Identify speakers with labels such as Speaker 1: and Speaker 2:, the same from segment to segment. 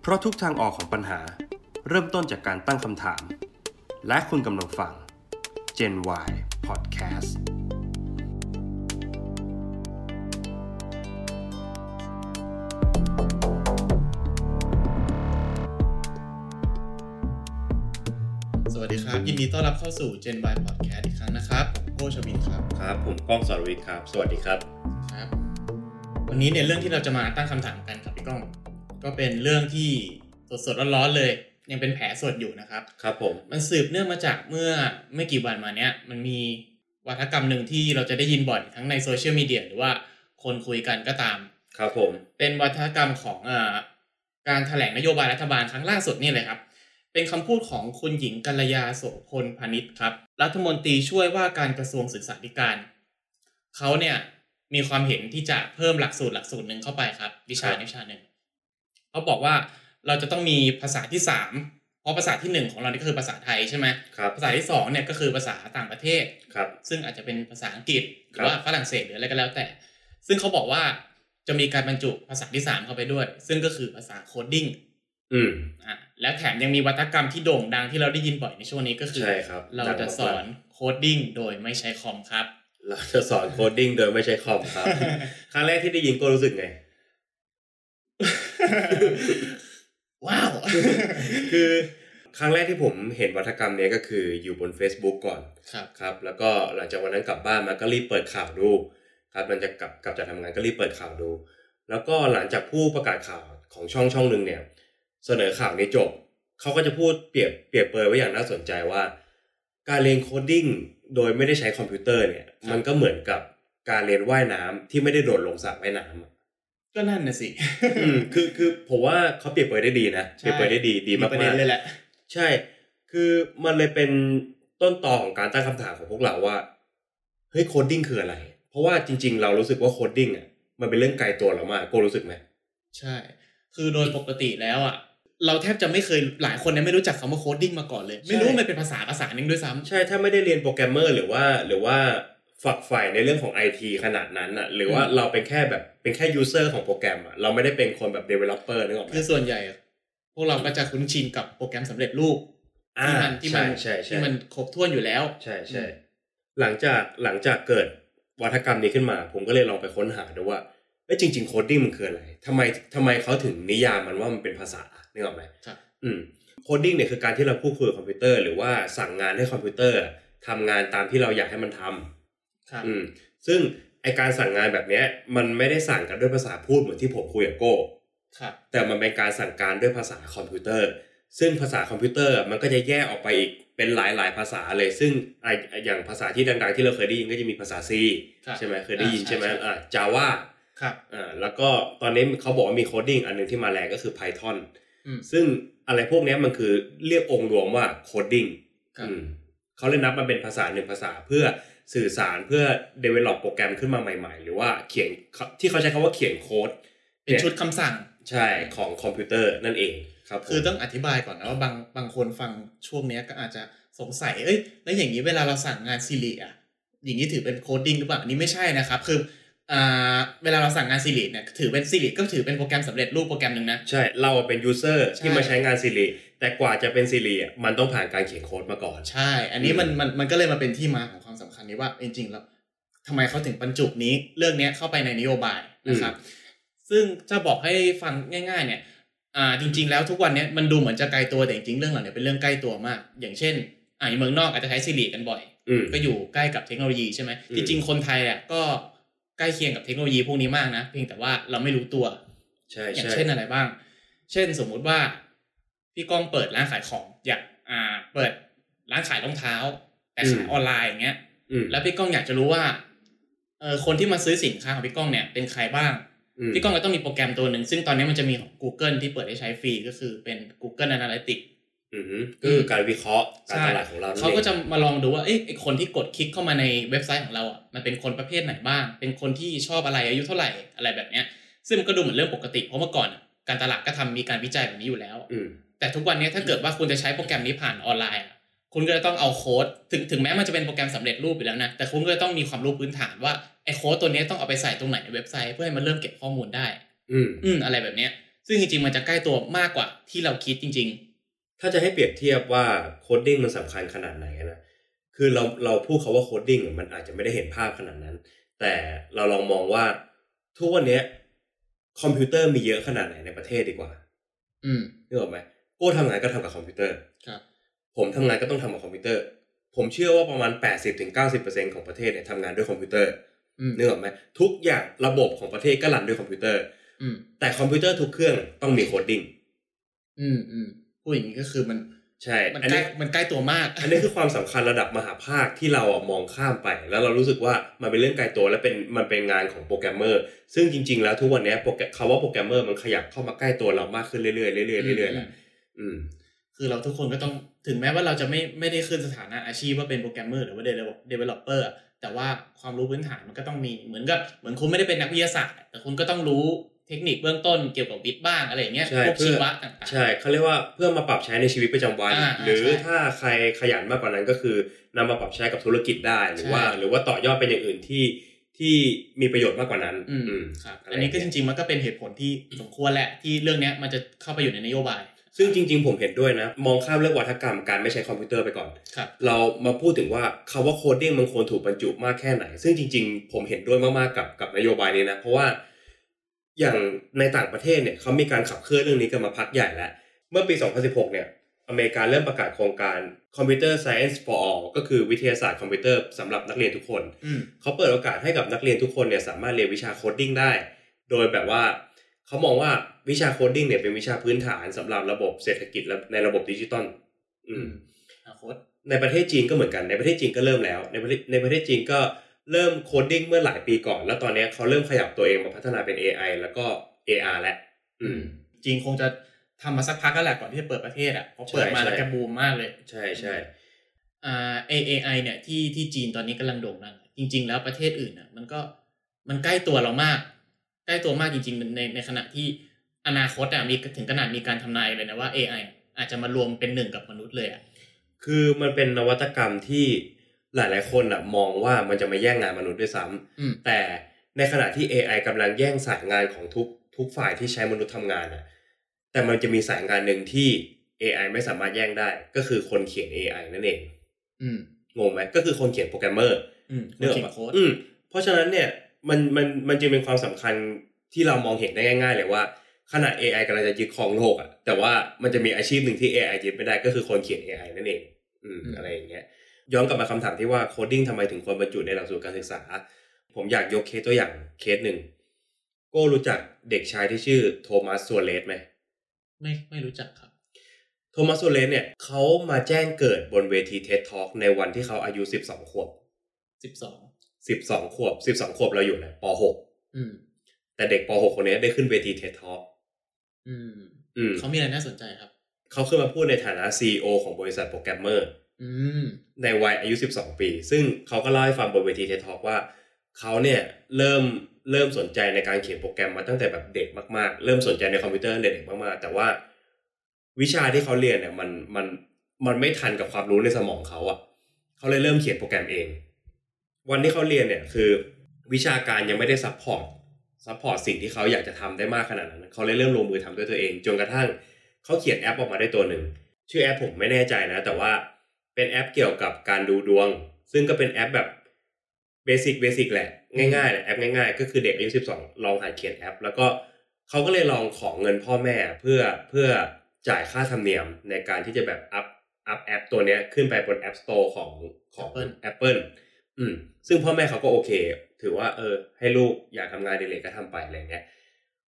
Speaker 1: เพราะทุกทางออกของปัญหา เริ่มต้นจากการตั้งคำถาม และคุณกำลังฟัง Gen Y Podcast
Speaker 2: สวัสดีครับ ยินดีต้อนรับเข้าสู่ Gen Y Podcast อีกครั้งนะครับผมโกชวินครับ
Speaker 1: ครับ ผมก้องสรวิทย์ครับ สวัสดีครับ
Speaker 2: ครับ วันนี้เนี่ยเรื่องที่เราจะมาตั้งคำถามกันครับพี่ก้อง ก็เป็นเรื่องที่สดๆร้อนๆเลย ยังเป็นแผลสดอยู่นะครับ
Speaker 1: ครับผม
Speaker 2: มันสืบเนื่องมาจากเมื่อไม่กี่วันมาเนี้ยมันมีวัฒกรรมหนึ่งที่เราจะได้ยินบ่อยทั้งในโซเชียลมีเดียหรือว่าคนคุยกันก็ตาม
Speaker 1: ครับผม
Speaker 2: เป็นวัฒกรรมของเออการแถลงนโยบายรัฐบาลครั้งล่าสุดนี่เลยครับ เป็นคำพูดของคุณหญิงกัลยาโสพลพานิชครับ รัฐมนตรีช่วยว่าการกระทรวงศึกษาธิการ เขาเนี่ยมีความเห็นที่จะเพิ่มหลักสูตรหลักสูตรหนึ่งเข้าไปครับ วิชา
Speaker 1: ครับ
Speaker 2: วิชาหนึ่งเขาบอกว่าเราจะต้องมีภาษาที่สามเพราะภาษาที่หนึ่งของเรานี่ก็คือภาษาไทยใช่ไหม
Speaker 1: ครับ
Speaker 2: ภาษาที่สองเนี่ยก็คือภาษาต่างประเทศ
Speaker 1: ครับ
Speaker 2: ซึ่งอาจจะเป็นภาษาอังกฤษห
Speaker 1: ค
Speaker 2: รื
Speaker 1: รับ
Speaker 2: อว่าฝรั่งเศสหรืออะไรก็แล้วแต่ ซึ่งเขาบอกว่าจะมีการบรรจุภาษาที่ 3 เข้าไปด้วย ซึ่งก็คือภาษาโคดดิ้ง
Speaker 1: อืม
Speaker 2: อ่ะแล้วแถมยังมีวัตกรรมที่โด่งดังที่เราได้ยินบ่อยในช่วงนี้ก็คือ
Speaker 1: ใช่ครับ
Speaker 2: เรา
Speaker 1: ดังม
Speaker 2: จะ
Speaker 1: กๆ
Speaker 2: สอนโคดดิ้งโดยไม่ใช้คอมครับ
Speaker 1: เราจะสอนโคดดิ้งโดยไม่ใช้คอมครับ ครั้งแรกที่ได้ยินก็รู้สึกไง
Speaker 2: ว้าว
Speaker 1: คือครั้งแรกที่ผมเห็นวัฒกรรมเนี้ยก็คืออยู่บน Facebook ก่อน
Speaker 2: ครับ
Speaker 1: ครับแล้วก็หลังจากวันนั้นกลับบ้านมาก็รีบเปิดข่าวดูครับหลังจากกลับกลับจากทำงานก็รีบเปิดข่าวดู แล้วก็หลังจากผู้ประกาศข่าวของช่องช่องหนึ่งเนี่ย เสนอข่าวนี้จบเขาก็จะพูดเปรียบเปรียบเปรยไว้อย่างน่าสนใจว่า การเรียนโคดดิ้งโดยไม่ได้ใช้คอมพิวเตอร์เนี่ย มันก็เหมือนกับการเรียนว่ายน้ำที่ไม่ได้โดดลงสระว่ายน้ำอะ
Speaker 2: ก็นั่นน่ะสิ
Speaker 1: อืมคือคือผมว่าเขาเปรียบเปรยได้ดีนะ
Speaker 2: ใช่
Speaker 1: เปรียบเปรยได้ดีดีมากๆ
Speaker 2: ประเด็นเลยแหละ
Speaker 1: ใช่ คือมันเลยเป็นต้นต่อของการตั้งคำถามของพวกเราว่า เฮ้ยโคดดิ้งคืออะไร เพราะว่าจริง ๆ เรารู้สึกว่าโคดดิ้งอ่ะ มันเป็นเรื่องไกลตัวเรามากโกรู้สึกไหม
Speaker 2: ใช่ คือโดยปกติแล้วอ่ะ เราแทบจะไม่เคยหลายคนเนี่ยไม่รู้จักคำว่าโคดดิ้งมาก่อนเลย ไม่รู้
Speaker 1: ใช่
Speaker 2: มันเป็นภาษาภาษาหนึ่งด้วยซ้ำ
Speaker 1: ใช่ ถ้าไม่ได้เรียนโปรแกรมเมอร์หรือว่า หรือว่าฝักใฝ่ในเรื่องของไอทีขนาดนั้นอ่ะ หรือว่า
Speaker 2: อืม
Speaker 1: เราเป็นแค่แบบเป็นแค่ยูเซอร์ของโปรแกรมอ่ะ เราไม่ได้เป็นคนแบบ developer นึกออกไหม
Speaker 2: คือส่วนใหญ่อะพวกเราก็จะคุ้นชินกับโปรแกรมสำเร็จรูป
Speaker 1: อ่า
Speaker 2: ที่มันที่มัน
Speaker 1: ใช่ใช่
Speaker 2: ที่
Speaker 1: ใช่
Speaker 2: มันครบถ้วนอยู่แล้ว
Speaker 1: ใช่ใช่หลังจากหลังจากเกิดวัฒกรรมนี้ขึ้นมา ผมก็เลยลองไปค้นหาดูว่าเอ้ยจริง ๆ โคดดิ้งมันคืออะไรทำไมทำไมเขาถึงนิยามมันว่ามันเป็นภาษานึกออกไหม
Speaker 2: ครับ
Speaker 1: อืมโคดดิ้งเนี่ยคือการที่เราพูดคุยกับคอมพิวเตอร์หรือว่าสั่งงานให้คอมพิวเตอร์ทำงานตามที่เราอยากให้มันทำ
Speaker 2: ครับ
Speaker 1: อืมซึ่งไอการสั่งงานแบบเนี้ยมันไม่ได้สั่งกันด้วยภาษาพูดเหมือนที่ผมคุยกับโก้
Speaker 2: ครับ
Speaker 1: แต่มันเป็นการสั่งการด้วยภาษาคอมพิวเตอร์ ซึ่งภาษาคอมพิวเตอร์มันก็จะแยกออกไปอีกเป็นหลายๆภาษาเลย ซึ่งอ่ะอย่างภาษาที่ดังๆที่เราเคยได้ยินก็จะมีภาษา C
Speaker 2: ครับ
Speaker 1: ใช่ไหมเคยได้ยิน
Speaker 2: อ่าใช่
Speaker 1: ใช่ไหม
Speaker 2: ใช่
Speaker 1: อ่า Java
Speaker 2: ครับ
Speaker 1: อ่าแล้วก็ตอนนี้เขาบอกว่ามีโคดดิ้งอันหนึงที่มาแรงก็คือ Python
Speaker 2: อืม
Speaker 1: ซึ่งอะไรพวกเนี้ยมันคือเรียกองค์รวมว่าโคดดิ้ง
Speaker 2: ครับ
Speaker 1: อืมเขาเลยนับมันเป็นภาษาหนึ่งภาษาเพื่อสื่อสารเพื่อ develop โปรแกรมขึ้นมาใหม่ ๆ หรือว่าเขียนที่เขาใช้คำว่าเขียนโค้ด
Speaker 2: เป็นชุดคำสั่ง
Speaker 1: ใช่ของคอมพิวเตอร์นั่นเองครับผม
Speaker 2: คือต้องอธิบายก่อนนะว่าบางบางคนฟังช่วงเนี้ยก็อาจจะสงสัย เอ้ย แล้วอย่างนี้เวลาเราสั่งงานซิริอ่ะอย่างนี้ถือเป็นโคดดิ้งหรือเปล่าอันนี้ไม่ใช่นะครับ คืออ่าเวลาเราสั่งงานซิริเนี่ยถือเป็นซิริก็ถือเป็นโปรแกรมสำเร็จรูปโปรแกรมหนึ่งนะ
Speaker 1: ใช่เราเป็นยูเซอร์
Speaker 2: ใช่
Speaker 1: ที่มาใช้งาน Siri แต่กว่าจะเป็น Siri อ่ะมันต้องผ่านการเขียนโค้ดมาก่อน
Speaker 2: ใช่ อันนี้มัน
Speaker 1: อืม
Speaker 2: มันมันก็เลยมาเป็นที่มาของความสำคัญนี้ว่าจริงๆแล้วทำไมเขาถึงบรรจุนี้เรื่องเนี้ยเข้าไปในนโยบายนะครับ ซึ่งจะบอกให้ฟังง่าย ๆ เนี่ย อ่าจริง ๆ แล้วทุกวันเนี้ยมันดูเหมือนจะไกลตัวแต่จริงๆเรื่องเหล่านี้เป็นเรื่องใกล้ตัวมาก อย่างเช่นอ่าในเมืองนอกอาจจะใช้ซิริกันบ่อย
Speaker 1: อืม
Speaker 2: ก็อยู่ใกล้กับเทคโนโลยีใช่ไหม
Speaker 1: อืม
Speaker 2: จริง ๆ คนไทยอ่ะก็ใกล้เคียงกับเทคโนโลยีพวกนี้มากนะเพียงแต่ว่าเราไม่รู้ตัว
Speaker 1: ใช่
Speaker 2: อย่าง
Speaker 1: ใช่
Speaker 2: เช่นอะไรบ้าง เช่นสมมุติว่าพี่ก้องเปิดร้านขายของ อยากอ่า เปิดร้านขายรองเท้า แต่ขายออนไลน์อย่างเงี้ย
Speaker 1: อืม
Speaker 2: แล้วพี่ก้องอยากจะรู้ว่าเออคนที่มาซื้อสินค้าของพี่ก้องเนี่ยเป็นใครบ้าง
Speaker 1: ม
Speaker 2: พี่ก้องก็ต้องมีโปรแกรมตัวหนึ่ง ซึ่งตอนนี้มันจะมีของ Google ที่เปิดให้ใช้ฟรีก็คือเป็น Google Analytics
Speaker 1: อืมก็คือการวิเคราะห์การ
Speaker 2: ใช่
Speaker 1: ตลาดของเรานั่น
Speaker 2: เขาก็จะ
Speaker 1: อง
Speaker 2: มาลองดูว่าเอ๊ะไอ้คนที่กดคลิกเข้ามาในเว็บไซต์ของเราอ่ะมันเป็นคนประเภทไหนบ้าง เป็นคนที่ชอบอะไรอายุเท่าไหร่อะไรแบบเนี้ย ซึ่งมันก็ดูเหมือนเรื่องปกติเพราะเมื่อก่อนอะการตลาดก็ทำมีการวิจัยแบบนี้อยู่แล้ว
Speaker 1: อืม
Speaker 2: แต่ทุกวันเนี้ยถ้าเกิดว่าคุณจะใช้โปรแกรมนี้ผ่านออนไลน์อะคุณก็จะต้องเอาโค้ดถึงถึงแม้มันจะเป็นโปรแกรมสำเร็จรูปอยู่แล้วนะแต่คุณก็จะต้องมีความรู้พื้นฐานว่าไอ้โค้ดตัวเนี้ยต้องเอาไปใส่ตรงไหนในเว็บไซต์เพื่อให้มันเริ่มเก็บข้อมูลได้
Speaker 1: อืม
Speaker 2: อืมอะไรแบบเนี้ย ซึ่งจริงๆมันจะใกล้ตัวมากกว่าที่เราคิดจริง
Speaker 1: ถ้าจะให้เปรียบเทียบว่าโคดดิ้งมันสำคัญขนาดไหนนะ คือเราเราพูดคาว่าโคดดิ้งมันอาจจะไม่ได้เห็นภาพขนาดนั้น แต่เราลองมองว่าทุกวันเนี้ยคอมพิวเตอร์มีเยอะขนาดไหนในประเทศดีกว่า
Speaker 2: ๆ อืม
Speaker 1: นึกออกไหมโก้ทำงานก็ทำกับคอมพิวเตอร์
Speaker 2: ครับ
Speaker 1: ผมทำงานก็ต้องทำกับคอมพิวเตอร์ ผมเชื่อว่าประมาณ 80-90%ของประเทศเนี่ยทำงานด้วยคอมพิวเตอร์
Speaker 2: อืม
Speaker 1: นึกออกไหมทุกอย่างระบบของประเทศก็รันด้วยคอมพิวเตอร์
Speaker 2: อืม
Speaker 1: แต่คอมพิวเตอร์ทุกเครื่องต้องมีโคดดิ้ง
Speaker 2: อืมอืมพูดอย่างนี้ก็คือมัน
Speaker 1: ใช่
Speaker 2: มัน
Speaker 1: อัน
Speaker 2: ใกล้
Speaker 1: นี้
Speaker 2: มันใกล้ตัวมาก
Speaker 1: อันนี้คือความสำคัญระดับมหาภาคที่เราอะมองข้ามไป แล้วเรารู้สึกว่ามันเป็นเรื่องไกลตัวและเป็นมันเป็นงานของโปรแกรมเมอร์ ซึ่งจริง ๆ แล้วทุกวันเนี้ยโปรแกรมคำว่าโปรแกรมเมอร์มันขยับเข้ามาใกล้ตัวเรามากขึ้นเรื่อยๆเรื่อยๆเรื่อยๆแหละอืม
Speaker 2: คือเราทุกคนก็ต้องถึงแม้ว่าเราจะไม่ไม่ได้ขึ้นสถานะอาชีพว่าเป็นโปรแกรมเมอร์หรือว่าเดเวลเดเวลลอปเปอร์แต่ว่าความรู้พื้นฐานมันก็ต้องมีเหมือนกับเหมือนคุณไม่ได้เป็นนักวิทยาศาสตร์ แต่คุณก็ต้องรู้เทคนิคเบื้องต้นเกี่ยวกับวิทย์บ้างอะไรอย่างเงี้ย
Speaker 1: ใช่
Speaker 2: พวกชี
Speaker 1: เพื่อ
Speaker 2: วะต่างๆ
Speaker 1: ใช่เขาเรียกว่าเพื่อมาปรับใช้ในชีวิตประจำวัน
Speaker 2: อ่า
Speaker 1: หรือ
Speaker 2: ใช่
Speaker 1: ถ้าใครขยันมากกว่านั้นก็คือนำมาปรับใช้กับธุรกิจได้หรือว่า
Speaker 2: ใช่
Speaker 1: หรือว่าต่อยอดเป็นอย่างอื่นที่ที่มีประโยชน์มากกว่านั้น
Speaker 2: อืม
Speaker 1: อืม
Speaker 2: ครับ
Speaker 1: อะไร
Speaker 2: อันนี้ก็
Speaker 1: อ
Speaker 2: จ
Speaker 1: ย่างเงี้ย
Speaker 2: ริงๆมันก็เป็นเหตุผลที่สมควรแหละที่เรื่องเนี้ยมันจะเข้าไปอยู่ในนโยบาย
Speaker 1: ซึ่งจริง ๆ ผมเห็นด้วยนะ มองข้ามเรื่องวัฒกรรมการไม่ใช้คอมพิวเตอร์ไปก่อน
Speaker 2: ครับ
Speaker 1: เรามาพูดถึงว่าคำว่าโคดดิ้งมันควรถูกบรรจุมากแค่ไหน ซึ่งจริง ๆ ผมเห็นด้วยมากๆกับกับนโยบายนี้นะ เพราะว่าอย่างในต่างประเทศเนี่ยเขามีการขับเคลื่อนเรื่องนี้กันมาพักใหญ่แล้ว เมื่อปี 2016 เนี่ย อเมริกาเริ่มประกาศโครงการ Computer Science for All ก็คือวิทยาศาสตร์คอมพิวเตอร์สำหรับนักเรียนทุกคน
Speaker 2: อืม
Speaker 1: เขาเปิดโอกาสให้กับนักเรียนทุกคนเนี่ยสามารถเรียนวิชาโคดดิ้งได้ โดยแบบว่าเขามองว่าวิชาโคดดิ้งเนี่ยเป็นวิชาพื้นฐานสำหรับระบบเศรษฐกิจและในระบบดิจิตอลอืม
Speaker 2: อนาคต
Speaker 1: ในประเทศจีนก็เหมือนกันในประเทศจีนก็เริ่มแล้วในประเทศในประเทศจีนก็เริ่มโคดดิ้งเมื่อหลายปีก่อน แล้วตอนเนี้ยเขาเริ่มขยับตัวเองมาพัฒนาเป็น AI แล้วก็ AR แล้วอืม
Speaker 2: จริงคงจะทำมาสักพักก็แหละก่อนที่จะเปิดประเทศอ่ะเพราะ
Speaker 1: ใช่
Speaker 2: เปิดมาแล้ว
Speaker 1: ใช่
Speaker 2: แกบูมมากเลย
Speaker 1: ใช่ใช่
Speaker 2: อ่า AAI เนี่ยที่ที่จีนตอนนี้กำลังโด่งดังจริง ๆ แล้วประเทศอื่นน่ะมันก็มันใกล้ตัวเรามาก ใกล้ตัวมากจริงๆในในขณะที่อนาคตอ่ะมีถึงขนาดมีการทำนายเลยนะว่า AI อาจจะมารวมเป็นหนึ่งกับมนุษย์เลยอ่ะ
Speaker 1: คือมันเป็นนวัตกรรมที่หลาย ๆ คนอ่ะมองว่ามันจะมาแย่งงานมนุษย์ด้วยซ้ำ
Speaker 2: อืม
Speaker 1: แต่ในขณะที่ AI กำลังแย่งสายงานของทุกทุกฝ่ายที่ใช้มนุษย์ทำงานอ่ะแต่มันจะมีสายงานหนึ่งที่ AI ไม่สามารถแย่งได้ ก็คือคนเขียน AI นั่นเอง
Speaker 2: อืม
Speaker 1: งงไหมก็คือคนเขียนโปรแกรมเมอร์
Speaker 2: อืม
Speaker 1: เนื้ออ
Speaker 2: เขี
Speaker 1: อก
Speaker 2: ย
Speaker 1: ปะ
Speaker 2: นโค้ด
Speaker 1: อืมเพราะฉะนั้นเนี่ยมันมันมันจึงเป็นความสำคัญที่เรามองเห็นได้ง่าย ๆ เลยว่าขนาด AI กำลังจะยึดครองโลกอะแต่ว่ามันจะมีอาชีพหนึ่งที่ AI ยึดไม่ได้ก็คือคนเขียน AI นั่นเองอืมอะไรอย่างเงี้ยย้อนกลับมาคำถามที่ว่าโคดดิ้งทำไมถึงควรบรรจุในหลักสูตรการศึกษา ผมอยากยกเคสตัวอย่างเคสหนึ่งโก้รู้จักเด็กชายที่ชื่อโทมัสซัวเลสไหม
Speaker 2: ไม่ไม่รู้จักครับ
Speaker 1: โทมัสโซเลสเนี่ยเขามาแจ้งเกิดบนเวที TED Talk ในวันที่เขาอายุ 12 ขวบ
Speaker 2: สิบสอง
Speaker 1: 12 ขวบ 12 ขวบเราอยู่นะป .6
Speaker 2: อืม
Speaker 1: แต่เด็กป .6 คนนี้ได้ขึ้นเวที TED Talk
Speaker 2: อืม
Speaker 1: อืม
Speaker 2: เขามีอะไรน่าสนใจครับ
Speaker 1: เขาขึ้นมาพูดในฐานะ CEO ของบริษัทโปรแกรมเมอร์
Speaker 2: อืม
Speaker 1: ในวัยอายุ 12 ปี ซึ่งเขาก็เล่าให้ฟังบนเวที TED Talk ว่า เขาเนี่ยเริ่มเริ่มสนใจในการเขียนโปรแกรมมาตั้งแต่แบบเด็กมากๆ เริ่มสนใจในคอมพิวเตอร์ตั้งแต่เด็กมากๆ แต่ว่าวิชาที่เขาเรียนเนี่ยมันมันมันไม่ทันกับความรู้ในสมองเขาอะ่ะเขาเลยเริ่มเขียนโปรแกรมเอง วันที่เขาเรียนเนี่ยคือวิชาการยังไม่ได้ซัพพอร์ตซัพพอร์ตสิ่งที่เขาอยากจะทำได้มากขนาดนั้นเขาเลยเริ่มลงมือทำด้วยตัวเอง จนกระทั่งเขาเขียนแอปออกมาได้ตัวหนึ่ง ชื่อแอปผมไม่แน่ใจนะ แต่ว่าเป็นแอปเกี่ยวกับการดูดวง ซึ่งก็เป็นแอปแบบเบสิกเบสิกแหละ ง่ายๆแหละแอปง่ายๆ ก็คือเด็กอายุ 12 ลองหัดเขียนแอป แล้วก็เขาก็เลยลองของเงินพ่อแม่เพื่อเพื่อจ่ายค่าธรรมเนียมในการที่จะแบบอัพอัพแอปตัวเนี้ยขึ้นไปบน App Store ของของ
Speaker 2: Apple
Speaker 1: Apple อืมซึ่งพ่อแม่เขาก็โอเค ถือว่าเออ ให้ลูกอยากทำงานอดิเลกก็ทำไปอะไรเงี้ย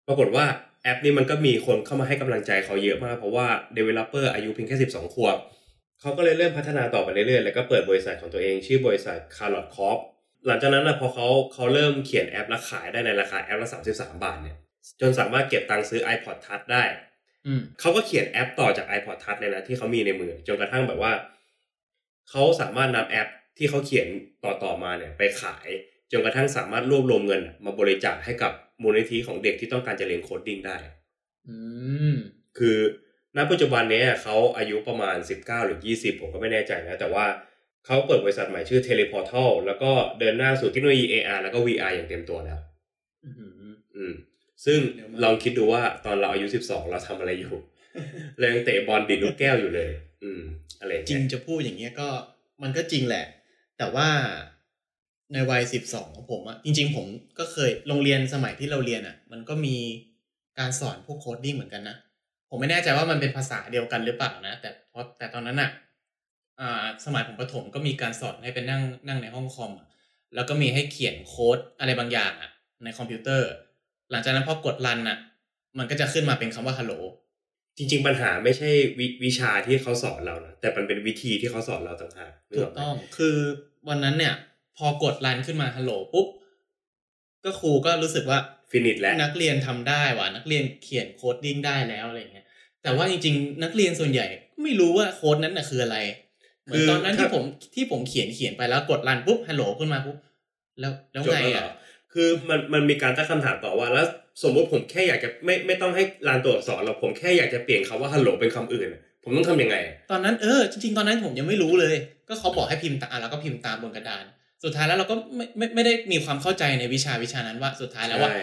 Speaker 1: ปรากฏว่าแอปนี้มันก็มีคนเข้ามาให้กำลังใจเขาเยอะมาก เพราะว่า Developer อายุเพียงแค่ 12 ขวบเขาก็เลยเริ่มพัฒนาต่อไปเรื่อยๆ แล้วก็เปิดบริษัทของตัวเองชื่อบริษัท Carlot Corp หลังจากนั้นนะพอเขาเขาเริ่มเขียนแอปและขายได้ในราคาแอปละ 33 บาทเนี่ยจนสามารถเก็บตังค์ซื้อ iPod Touch ได้
Speaker 2: อืม
Speaker 1: เขาก็เขียนแอปต่อจาก iPod Touch เลยนะที่เขามีในมือ จนกระทั่งแบบว่า เขาสามารถนำแอปที่เขาเขียนต่อต่อๆมาเนี่ยไปขาย จนกระทั่งสามารถรวบรวมเงิน มาบริจาคให้กับมูลนิธิของเด็กที่ต้องการจะเรียนโคดดิ้งได้
Speaker 2: อืม
Speaker 1: คือณปัจจุบันเนี้ยเขาอายุประมาณ 19 หรือ 20 ผมก็ไม่แน่ใจนะ แต่ว่าเขาเปิดบริษัทใหม่ชื่อ Teleportal แล้วก็เดินหน้าสู่เทคโนโลยี AR แล้วก็ VR อย่างเต็มตัวแล้ว
Speaker 2: อืม
Speaker 1: อืม ซึ่ง
Speaker 2: เดี๋ยวมา
Speaker 1: ลองคิดดูว่าตอนเราอายุสิบสองเราทำอะไรอยู่ เรายังเตะบอลดิดลูกแก้วอยู่เลย อืม อะไรอย่าง
Speaker 2: จริ
Speaker 1: เงี้ย
Speaker 2: งจะพูดอย่างเงี้ยก็มันก็จริงแหละ แต่ว่าในวัยสิบสองของผมอะจริง ๆ ผมก็เคยโรงเรียนสมัยที่เราเรียนอะมันก็มีการสอนพวกโคดดิ้งเหมือนกันนะผมไม่แน่ใจว่ามันเป็นภาษาเดียวกันหรือเปล่านะ แต่เพราะแต่ตอนนั้นอะอ่า สมัยผมประถมก็มีการสอนให้ไปนั่งนั่งในห้องคอมอะแล้วก็มีให้เขียนโค้ดอะไรบางอย่างอะในคอมพิวเตอร์ หลังจากนั้นพอกดรันอะมันก็จะขึ้นมาเป็นคำว่าฮัลโหล
Speaker 1: จริง ๆ ปัญหาไม่ใช่วิวิชาที่เขาสอนเรานะแต่มันเป็นวิธีที่เขาสอนเราต่างหากนึ
Speaker 2: ถู
Speaker 1: อก ไหม
Speaker 2: ต้อง คือวันนั้นเนี่ย พอกดรันขึ้นมาฮัลโหลปุ๊บ ก็ครูก็รู้สึกว่า
Speaker 1: ฟินิชแล้ว
Speaker 2: นักเรียนทำได้ว่ะนักเรียนเขียนโคดดิ้งได้แล้วอะไรเงี้ย แต่ว่าจริงๆ นักเรียนส่วนใหญ่ก็ไม่รู้ว่าโค้ดนั้นน่ะคืออะไร เหมือน
Speaker 1: คือ
Speaker 2: ตอนนั้น
Speaker 1: ถ้า
Speaker 2: ที่ผมที่ผมเขียนเขียนไปแล้วกดรันปุ๊บฮัลโหลขึ้นมาปุ๊บ แล้วแล้ว
Speaker 1: จบ
Speaker 2: ไง
Speaker 1: แล้วเหร
Speaker 2: อ่ะ
Speaker 1: อคือมันมันมีการตั้งคำถามต่อว่าแล้วสมมุติผมแค่อยากจะไม่ไม่ต้องให้ลานตัวอักษรหรอกผมแค่อยากจะเปลี่ยนคำว่าฮัลโหลเป็นคำอื่นอะผมต้องทำยังไงอะ
Speaker 2: ตอนนั้นเออจริงๆ ตอนนั้นผมยังไม่รู้เลย ก็เขาบอกให้พิมพ์ตามอ่ะเราก็พิมพ์ตามบนกระดาน สุดท้ายแล้วเราก็ไม่ไม่ไม่ได้มีความเข้าใจในวิชาวิชานั้นว่าสุดท้ายแล้วว่า
Speaker 1: ใช่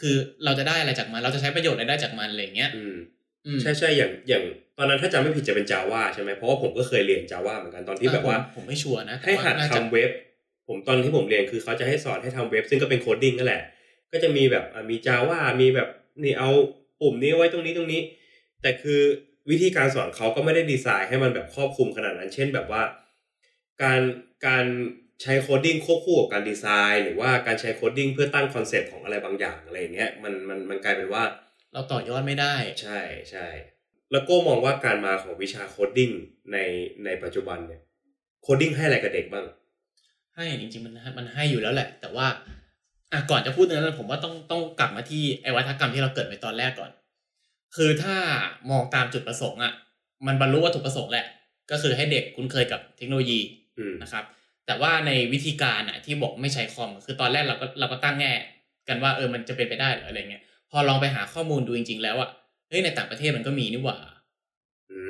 Speaker 2: คือเราจะได้อะไรจากมัน เราจะใช้ประโยชน์อะไรได้จากมันอะไรอย่างเงี้ย
Speaker 1: อืม
Speaker 2: อืม
Speaker 1: ใช่ใช่อย่างอย่างตอนนั้นถ้าจำไม่ผิดจะเป็นจาว่าใช่ไหมเพราะว่าผมก็เคยเรียนจาว่าเหมือนกันตอนที่แบบว่า
Speaker 2: เออผมผมไม่ชัวร์นะแต่
Speaker 1: ให้
Speaker 2: ว่า
Speaker 1: หัด
Speaker 2: น่า
Speaker 1: ทำ
Speaker 2: จะ
Speaker 1: เว็บ ผมตอนที่ผมเรียนคือเขาจะให้สอนให้ทำเว็บ ซึ่งก็เป็นโคดดิ้งนั่นแหละ ก็จะมีแบบอ่ะมีจาว่ามีแบบนี่เอาปุ่มนี้ไว้ตรงนี้ตรงนี้ แต่คือวิธีการสอนเขาก็ไม่ได้ดีไซน์ให้มันแบบครอบคลุมขนาดนั้น เช่นแบบว่า การการใช้โคดดิ้งควบคู่กับการดีไซน์ หรือว่าการใช้โคดดิ้งเพื่อตั้งคอนเซปต์ของอะไรบางอย่างอะไรอย่างเงี้ยมันมันมันกลายเป็นว่า
Speaker 2: เราต่อยอดไม่ได้
Speaker 1: ใช่ใช่แล้วก็มองว่าการมาของวิชาโคดดิ้งในในปัจจุบันเนี่ยโคดดิ้งให้อะไรกับเด็กบ้าง
Speaker 2: ให้จริงๆมันให้มันให้อยู่แล้วแหละ แต่ว่าอ่ะก่อนจะพูดเรื่องนั้นผมว่าต้องต้องกลับมาที่ไอ้วัฒกรรมที่เราเกิดไปตอนแรกก่อน คือถ้ามองตามจุดประสงค์อ่ะมันบรรลุวัตถุประสงค์แหละ ก็คือให้เด็กคุ้นเคยกับเทคโนโลยี
Speaker 1: อืม
Speaker 2: นะครับแต่ว่าในวิธีการอ่ะที่บอกไม่ใช้คอมคือตอนแรกเราก็เราก็ตั้งแง่กันว่าเออมันจะเป็นไปได้เหรืออะไรเงี้ยพอลองไปหาข้อมูลดูจริง ๆ แล้วอ่ะเฮ้ยในต่างประเทศมันก็มีนี่หว่า
Speaker 1: อื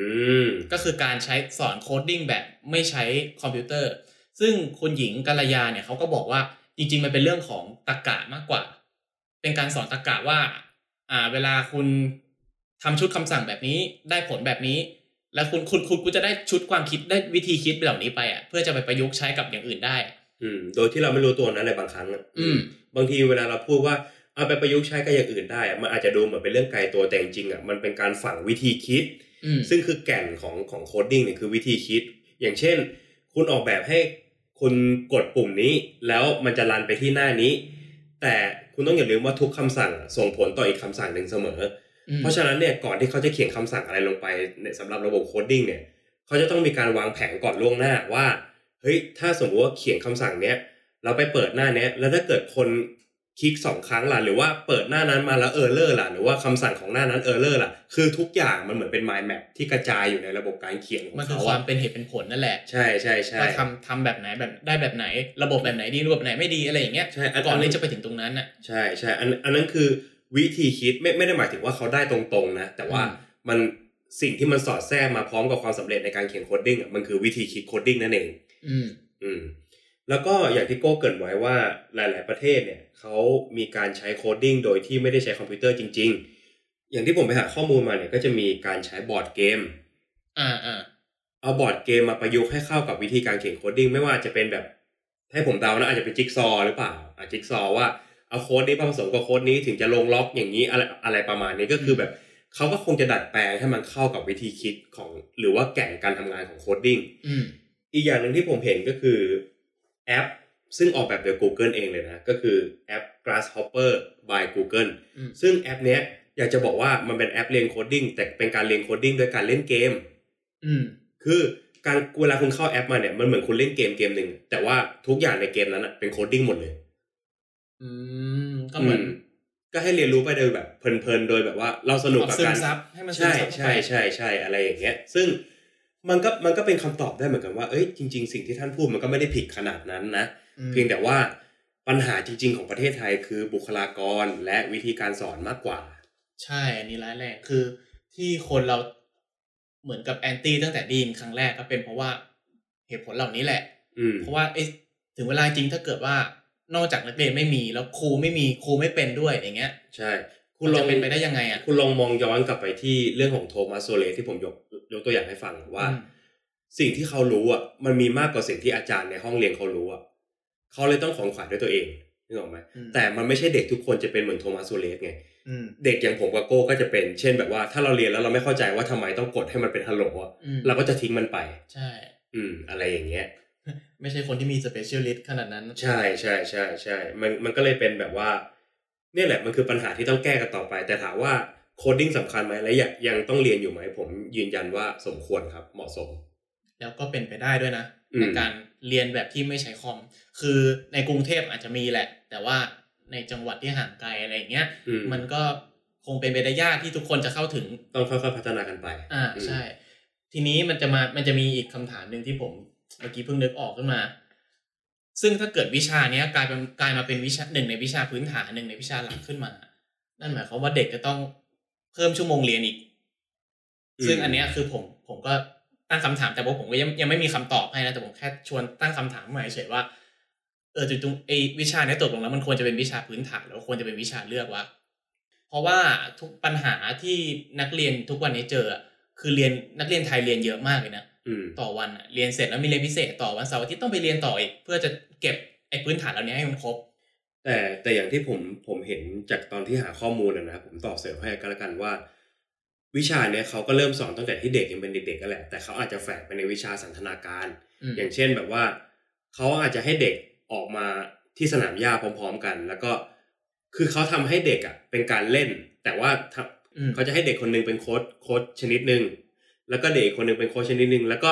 Speaker 1: ม
Speaker 2: ก็คือการใช้สอนโคดดิ้งแบบไม่ใช้คอมพิวเตอร์ ซึ่งคุณหญิงกัลยาเนี่ยเขาก็บอกว่าจริง ๆ มันเป็นเรื่องของตรรกะมากกว่า เป็นการสอนตรรกะว่า อ่า เวลาคุณทำชุดคำสั่งแบบนี้ได้ผลแบบนี้ แล้วคุณคุณคุณคุณจะได้ชุดความคิดได้วิธีคิดเหล่านี้ไปอ่ะเพื่อจะไปประยุกต์ใช้กับอย่างอื่นได้
Speaker 1: อืม โดยที่เราไม่รู้ตัวนะในบางครั้งอะ
Speaker 2: อืม
Speaker 1: บางทีเวลาเราพูดว่าเอาไปประยุกต์ใช้กับอย่างอื่นได้อะมันอาจจะดูเหมือนเป็นเรื่องไกลตัวแต่จริงๆอ่ะมันเป็นการฝังวิธีคิด
Speaker 2: อืม
Speaker 1: ซึ่งคือแก่นของของโคดดิ้งเนี่ยคือวิธีคิด อย่างเช่น คุณออกแบบให้คุณกดปุ่มนี้ แล้วมันจะรันไปที่หน้านี้ แต่คุณต้องอย่าลืมว่าทุกคำสั่งอะส่งผลต่ออีกคำสั่งหนึ่งเสมอ
Speaker 2: อืม
Speaker 1: เพราะฉะนั้นเนี่ยก่อนที่เขาจะเขียนคำสั่งอะไรลงไปในสำหรับระบบโคดดิ้งเนี่ยเขาจะต้องมีการวางแผนก่อนล่วงหน้าว่าเฮ้ยถ้าสมมติว่าเขียนคำสั่งเนี้ยเราไปเปิดหน้าเนี้ยแล้วถ้าเกิดคนคลิกสองครั้งล่ะหรือว่าเปิดหน้านั้นมาแล้วเออร์เลอร์ล่ะหรือว่าคำสั่งของหน้านั้นเออร์เลอร์ล่ะคือทุกอย่างมันเหมือนเป็นไมล์แมปที่กระจายอยู่ในระบบการเขียนของ
Speaker 2: มันคือ
Speaker 1: เขา
Speaker 2: ควา
Speaker 1: อะ
Speaker 2: มเป็นเหตุเป็นผลนั่นแหละ
Speaker 1: ใช่ใช่ใช่
Speaker 2: ว่าทำทำแบบไหนแบบได้แบบไหน ระบบแบบไหนดีระบบไหนไม่ดีอะไรอย่างเงี้ย
Speaker 1: ใช่อั
Speaker 2: ก่อนที่จะไปถึงตรงนั้นน่ะ
Speaker 1: ใช่ใช่อันอันนั้นคือวิธีคิดไม่ไม่ได้หมายถึงว่าเขาได้ตรงๆนะ แต่ว่า
Speaker 2: อืม
Speaker 1: มันสิ่งที่มันสอดแทรกมาพร้อมกับความสำเร็จในการเขียนโคดดิ้งอ่ะมันคือวิธีคิดโคดดิ้งนั่นเอง
Speaker 2: อืม
Speaker 1: อืม แล้วก็อย่างที่โก้เกรินไว้ว่าหลาย ๆ ประเทศเนี่ยเขามีการใช้โคดดิ้งโดยที่ไม่ได้ใช้คอมพิวเตอร์จริง ๆ อย่างที่ผมไปหาข้อมูลมาเนี่ยก็จะมีการใช้บอร์ดเกม
Speaker 2: อ่าอ่า
Speaker 1: เอาบอร์ดเกมมาประยุกต์ให้เข้ากับวิธีการเขียนโคดดิ้งไม่ว่าจะเป็นแบบ ให้ผมเดานะอาจจะเป็นจิ๊กซอว์หรือเปล่าอาจิ๊กซอว์ว่าเอาโค้ดนี้มาผสมกับโค้ดนี้ถึงจะลงล็อกอย่างนี้อะไรอะไรประมาณนี้ก็คือแบบเขาก็คงจะดัดแปลงให้มันเข้ากับวิธีคิดของ หรือว่าแก่นการทำงานของโคดดิ้ง
Speaker 2: อืม
Speaker 1: อีกอย่างหนึ่งที่ผมเห็นก็คือแอป ซึ่งออกแบบโดย Google เองเลยนะก็คือแอป Grasshopper by Google
Speaker 2: อืม
Speaker 1: ซึ่งแอปเนี้ยอยากจะบอกว่ามันเป็นแอปเรียนโคดดิ้งแต่เป็นการเรียนโคดดิ้งโดยการเล่นเกม
Speaker 2: อืม
Speaker 1: คือการเวลาคุณเข้าแอปมาเนี่ยมันเหมือนคุณเล่นเกมเกมหนึ่งแต่ว่าทุกอย่างในเกมนั้นน่ะเป็นโคดดิ้งหมดเลย
Speaker 2: อืม ก็เหมือน
Speaker 1: อืก็ให้เรียนรู้ไปโดยแบบเพลินๆโดยแบบว่าเราสนุก
Speaker 2: เอา
Speaker 1: กับ
Speaker 2: ซึม
Speaker 1: การ
Speaker 2: ซับให้มันซึม
Speaker 1: ใช่
Speaker 2: ซับเข้า
Speaker 1: ใช่
Speaker 2: ไป
Speaker 1: ใช่ใช่อะไรอย่างเงี้ย ซึ่งมันก็มันก็เป็นคำตอบได้เหมือนกันว่าเอ้ยจริง ๆ สิ่งที่ท่านพูดมันก็ไม่ได้ผิดขนาดนั้นนะ
Speaker 2: อืม
Speaker 1: เพียงแต่ว่าปัญหาจริง ๆ ของประเทศไทยคือบุคลากรและวิธีการสอนมากกว่า
Speaker 2: ใช่ อันนี้ร้ายแรงคือที่คนเราเหมือนกับแอนตี้ตั้งแต่ไดีนครั้งแรกก็เป็นเพราะว่าเหตุผลเหล่านี้แหละ
Speaker 1: อืม
Speaker 2: เพราะว่าเอ๊ะถึงเวลาจริงถ้าเกิดว่า นอกจากนักเรียนไม่มีแล้วครูไม่มีครูไม่เป็นด้วยอย่างเงี้ย
Speaker 1: ใช่คุ
Speaker 2: มั
Speaker 1: ณ
Speaker 2: น
Speaker 1: ลอง
Speaker 2: จะเป็นไปได้ยังไงอ่ะ
Speaker 1: คุณลองมองย้อนกลับไปที่เรื่องของโทมัสโซเลที่ผมยกยกตัวอย่างให้ฟังว่า
Speaker 2: อืม
Speaker 1: สิ่งที่เขารู้อ่ะมันมีมากกว่าสิ่งที่อาจารย์ในห้องเรียนเขารู้อ่ะเขาเลยต้องของขวัญด้วยตัวเองนึกออกไหม
Speaker 2: อืม
Speaker 1: แต่มันไม่ใช่เด็กทุกคนจะเป็นเหมือนโทมัสโซเลสไง
Speaker 2: อืม
Speaker 1: เด็กอย่างผมกับโก้ก็จะเป็น เช่นแบบว่าถ้าเราเรียนแล้วเราไม่เข้าใจว่าทำไมต้องกดให้มันเป็นฮัลโหลอะ
Speaker 2: อืม
Speaker 1: เราก็จะทิ้งมันไป
Speaker 2: ใช่
Speaker 1: อืม อะไรอย่างเงี้ย
Speaker 2: ไม่ใช่คนที่มีสเปเชียลิสต์ขนาดนั้น
Speaker 1: ใช่ใช่ใช่ใช่มันมันก็เลยเป็นแบบว่า เนี่ยแหละมันคือปัญหาที่ต้องแก้กันต่อไป แต่ถามว่าโคดดิ้งสำคัญไหมและยังยังต้องเรียนอยู่ไหมผมยืนยันว่าสมควรครับเหมาะสม
Speaker 2: แล้วก็เป็นไปได้ด้วยนะ
Speaker 1: อืม
Speaker 2: ในการเรียนแบบที่ไม่ใช้คอม คือในกรุงเทพอาจจะมีแหละ แต่ว่าในจังหวัดที่ห่างไกลอะไรอย่างเงี้ย
Speaker 1: อื
Speaker 2: มันก็คงเป็นไปได้ยากที่ทุกคนจะเข้าถึง
Speaker 1: ต้องค่อยๆพัฒนากันไป
Speaker 2: อ่าใช่ ทีนี้มันจะมามันจะมีอีกคำถามหนึ่งที่ผมเมื่อกี้เพิ่งนึกออกขึ้นมา ซึ่งถ้าเกิดวิชาเนี้ยกลายเป็นกลายมาเป็นวิชาหนึ่งในวิชาพื้นฐานหนึ่งในวิชาหลักขึ้นมา นั่นหมายความว่าเด็กจะต้องเพิ่มชั่วโมงเรียนอีก
Speaker 1: อืม
Speaker 2: ซึ่งอันเนี้ยคือผมผมก็ตั้งคำถามแต่ว่าผมก็ยังยังไม่มีคำตอบให้นะแต่ผมแค่ชวนตั้งคำถามใหม่เฉยๆว่าเออจุดตรงไอ้วิชาเนี้ยตกลงแล้วมันควรจะเป็นวิชาพื้นฐานหรือว่าควรจะเป็นวิชาเลือกวะเพราะว่าทุกปัญหาที่นักเรียนทุกวันนี้เจออะคือเรียนนักเรียนไทยเรียนเยอะมากเลยนะ
Speaker 1: อืม
Speaker 2: ต่อวันอะเรียนเสร็จแล้วมีเรียนพิเศษต่อวันเสาร์อาทิตย์ต้องไปเรียนต่ออีก เพื่อจะเก็บไอ้พื้นฐานเหล่านี้ให้มันครบ
Speaker 1: แต่แต่อย่างที่ผมผมเห็นจากตอนที่หาข้อมูลนะนะผมตอบเสริมให้ก็แล้วกันว่า วิชาเนี้ยเขาก็เริ่มสอนตั้งแต่ที่เด็กยังเป็นเด็กๆกันแหละแต่เขาอาจจะแฝงไปในวิชาสันทนาการ
Speaker 2: อืม
Speaker 1: อย่างเช่นแบบว่าเขาอาจจะให้เด็กออกมาที่สนามหญ้าพร้อม ๆ กัน แล้วก็คือเขาทำให้เด็กอ่ะเป็นการเล่น แต่ว่าทำ
Speaker 2: อืม
Speaker 1: เขาจะให้เด็กคนหนึงเป็นโค้ดโค้ดชนิดหนึ่งแล้วก็เด็กอีกคนหนึงเป็นโค้ดชนิดหนึ่งแล้วก็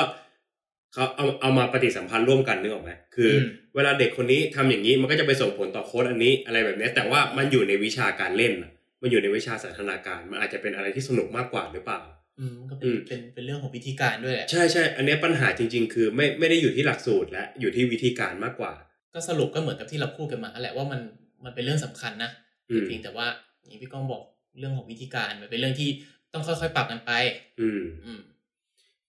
Speaker 1: เขาเอาเอามาปฏิสัมพันธ์ร่วมกันนึกออกไหมคืออ
Speaker 2: ม
Speaker 1: เวลาเด็กคนนี้ทำอย่างนี้มันก็จะไปส่งผลต่อโค้ดอันนี้อะไรแบบเนี้ยแต่ว่ามันอยู่ในวิชาการเล่นน่ะมันอยู่ในวิชาสันทนาการ มันอาจจะเป็นอะไรที่สนุกมากกว่าหรือเปล่า
Speaker 2: อืมก็
Speaker 1: อื
Speaker 2: เป็น
Speaker 1: ม
Speaker 2: เป็นเป็นเรื่องของวิธีการด้วยแหละ
Speaker 1: ใช่ใช่อันเนี้ยปัญหาจริง ๆ คือไม่ไม่ได้อยู่ที่หลักสูตรและอยู่ที่วิธีการมากกว่า
Speaker 2: ก็สรุปก็เหมือนกับที่เราพูดกันมาแหละว่ามันมันเป็นเรื่องสำคัญนะ
Speaker 1: อืม
Speaker 2: เพียงแต่ว่าอย่างพี่ก้องบอกเรื่องของวิธีการมันเป็นเรื่องที่ต้องค่อยๆปรับกันไป
Speaker 1: อืม
Speaker 2: อืม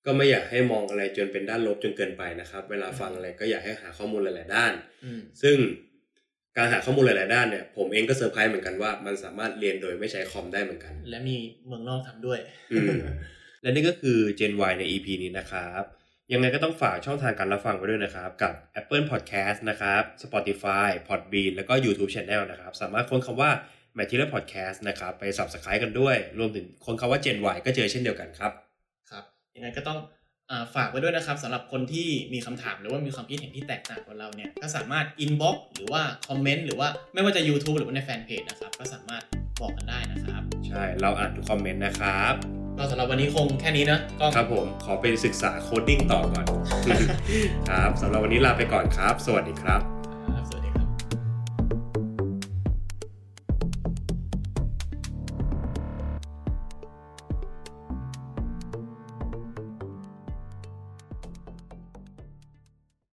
Speaker 1: ก็ไม่อยากให้มองอะไรจนเป็นด้านลบจนเกินไปนะครับ เวลาฟังอะไรก็อยากให้หาข้อมูลหลายๆด้าน
Speaker 2: อืม
Speaker 1: ซึ่งการหาข้อมูลหลาย ๆ ด้านเนี่ย ผมเองก็เซอร์ไพรส์เหมือนกันว่ามันสามารถเรียนโดยไม่ใช้คอมได้เหมือนกัน
Speaker 2: และมีเมืองนอกทำด้วย
Speaker 1: อืม และนี่ก็คือ Gen Y ใน EP นี้นะครับ ยังไงก็ต้องฝากช่องทางการรับฟังไว้ด้วยนะครับ กับ Apple Podcast นะครับ Spotify Podbean แล้วก็ YouTube Channel นะครับ สามารถค้นคำว่า Material Podcast นะครับ ไป Subscribe กันด้วย รวมถึงค้นคำว่า Gen Y ก็เจอเช่นเดียวกันครับ
Speaker 2: ครับยังไงก็ต้องอาฝากไว้ด้วยนะครับสำหรับคนที่มีคำถามหรือว่ามีความคิดเห็นที่แตกต่างกับเราเนี่ยก็สามารถ inbox หรือว่าคอมเมนต์หรือว่าไม่ว่าจะ YouTube หรือว่าในแฟนเพจนะครับ ก็สามารถบอกกันได้นะครับ
Speaker 1: ใช่ เราอ่านทุกคอมเมนต์นะครับ
Speaker 2: ก็สำหรับวันนี้คงแค่นี้นะก็
Speaker 1: ครับผม ขอไปศึกษาโคดดิ้งต่อก่อน ครับสำหรับวันนี้ลาไปก่อนครับ สวัสดีครับ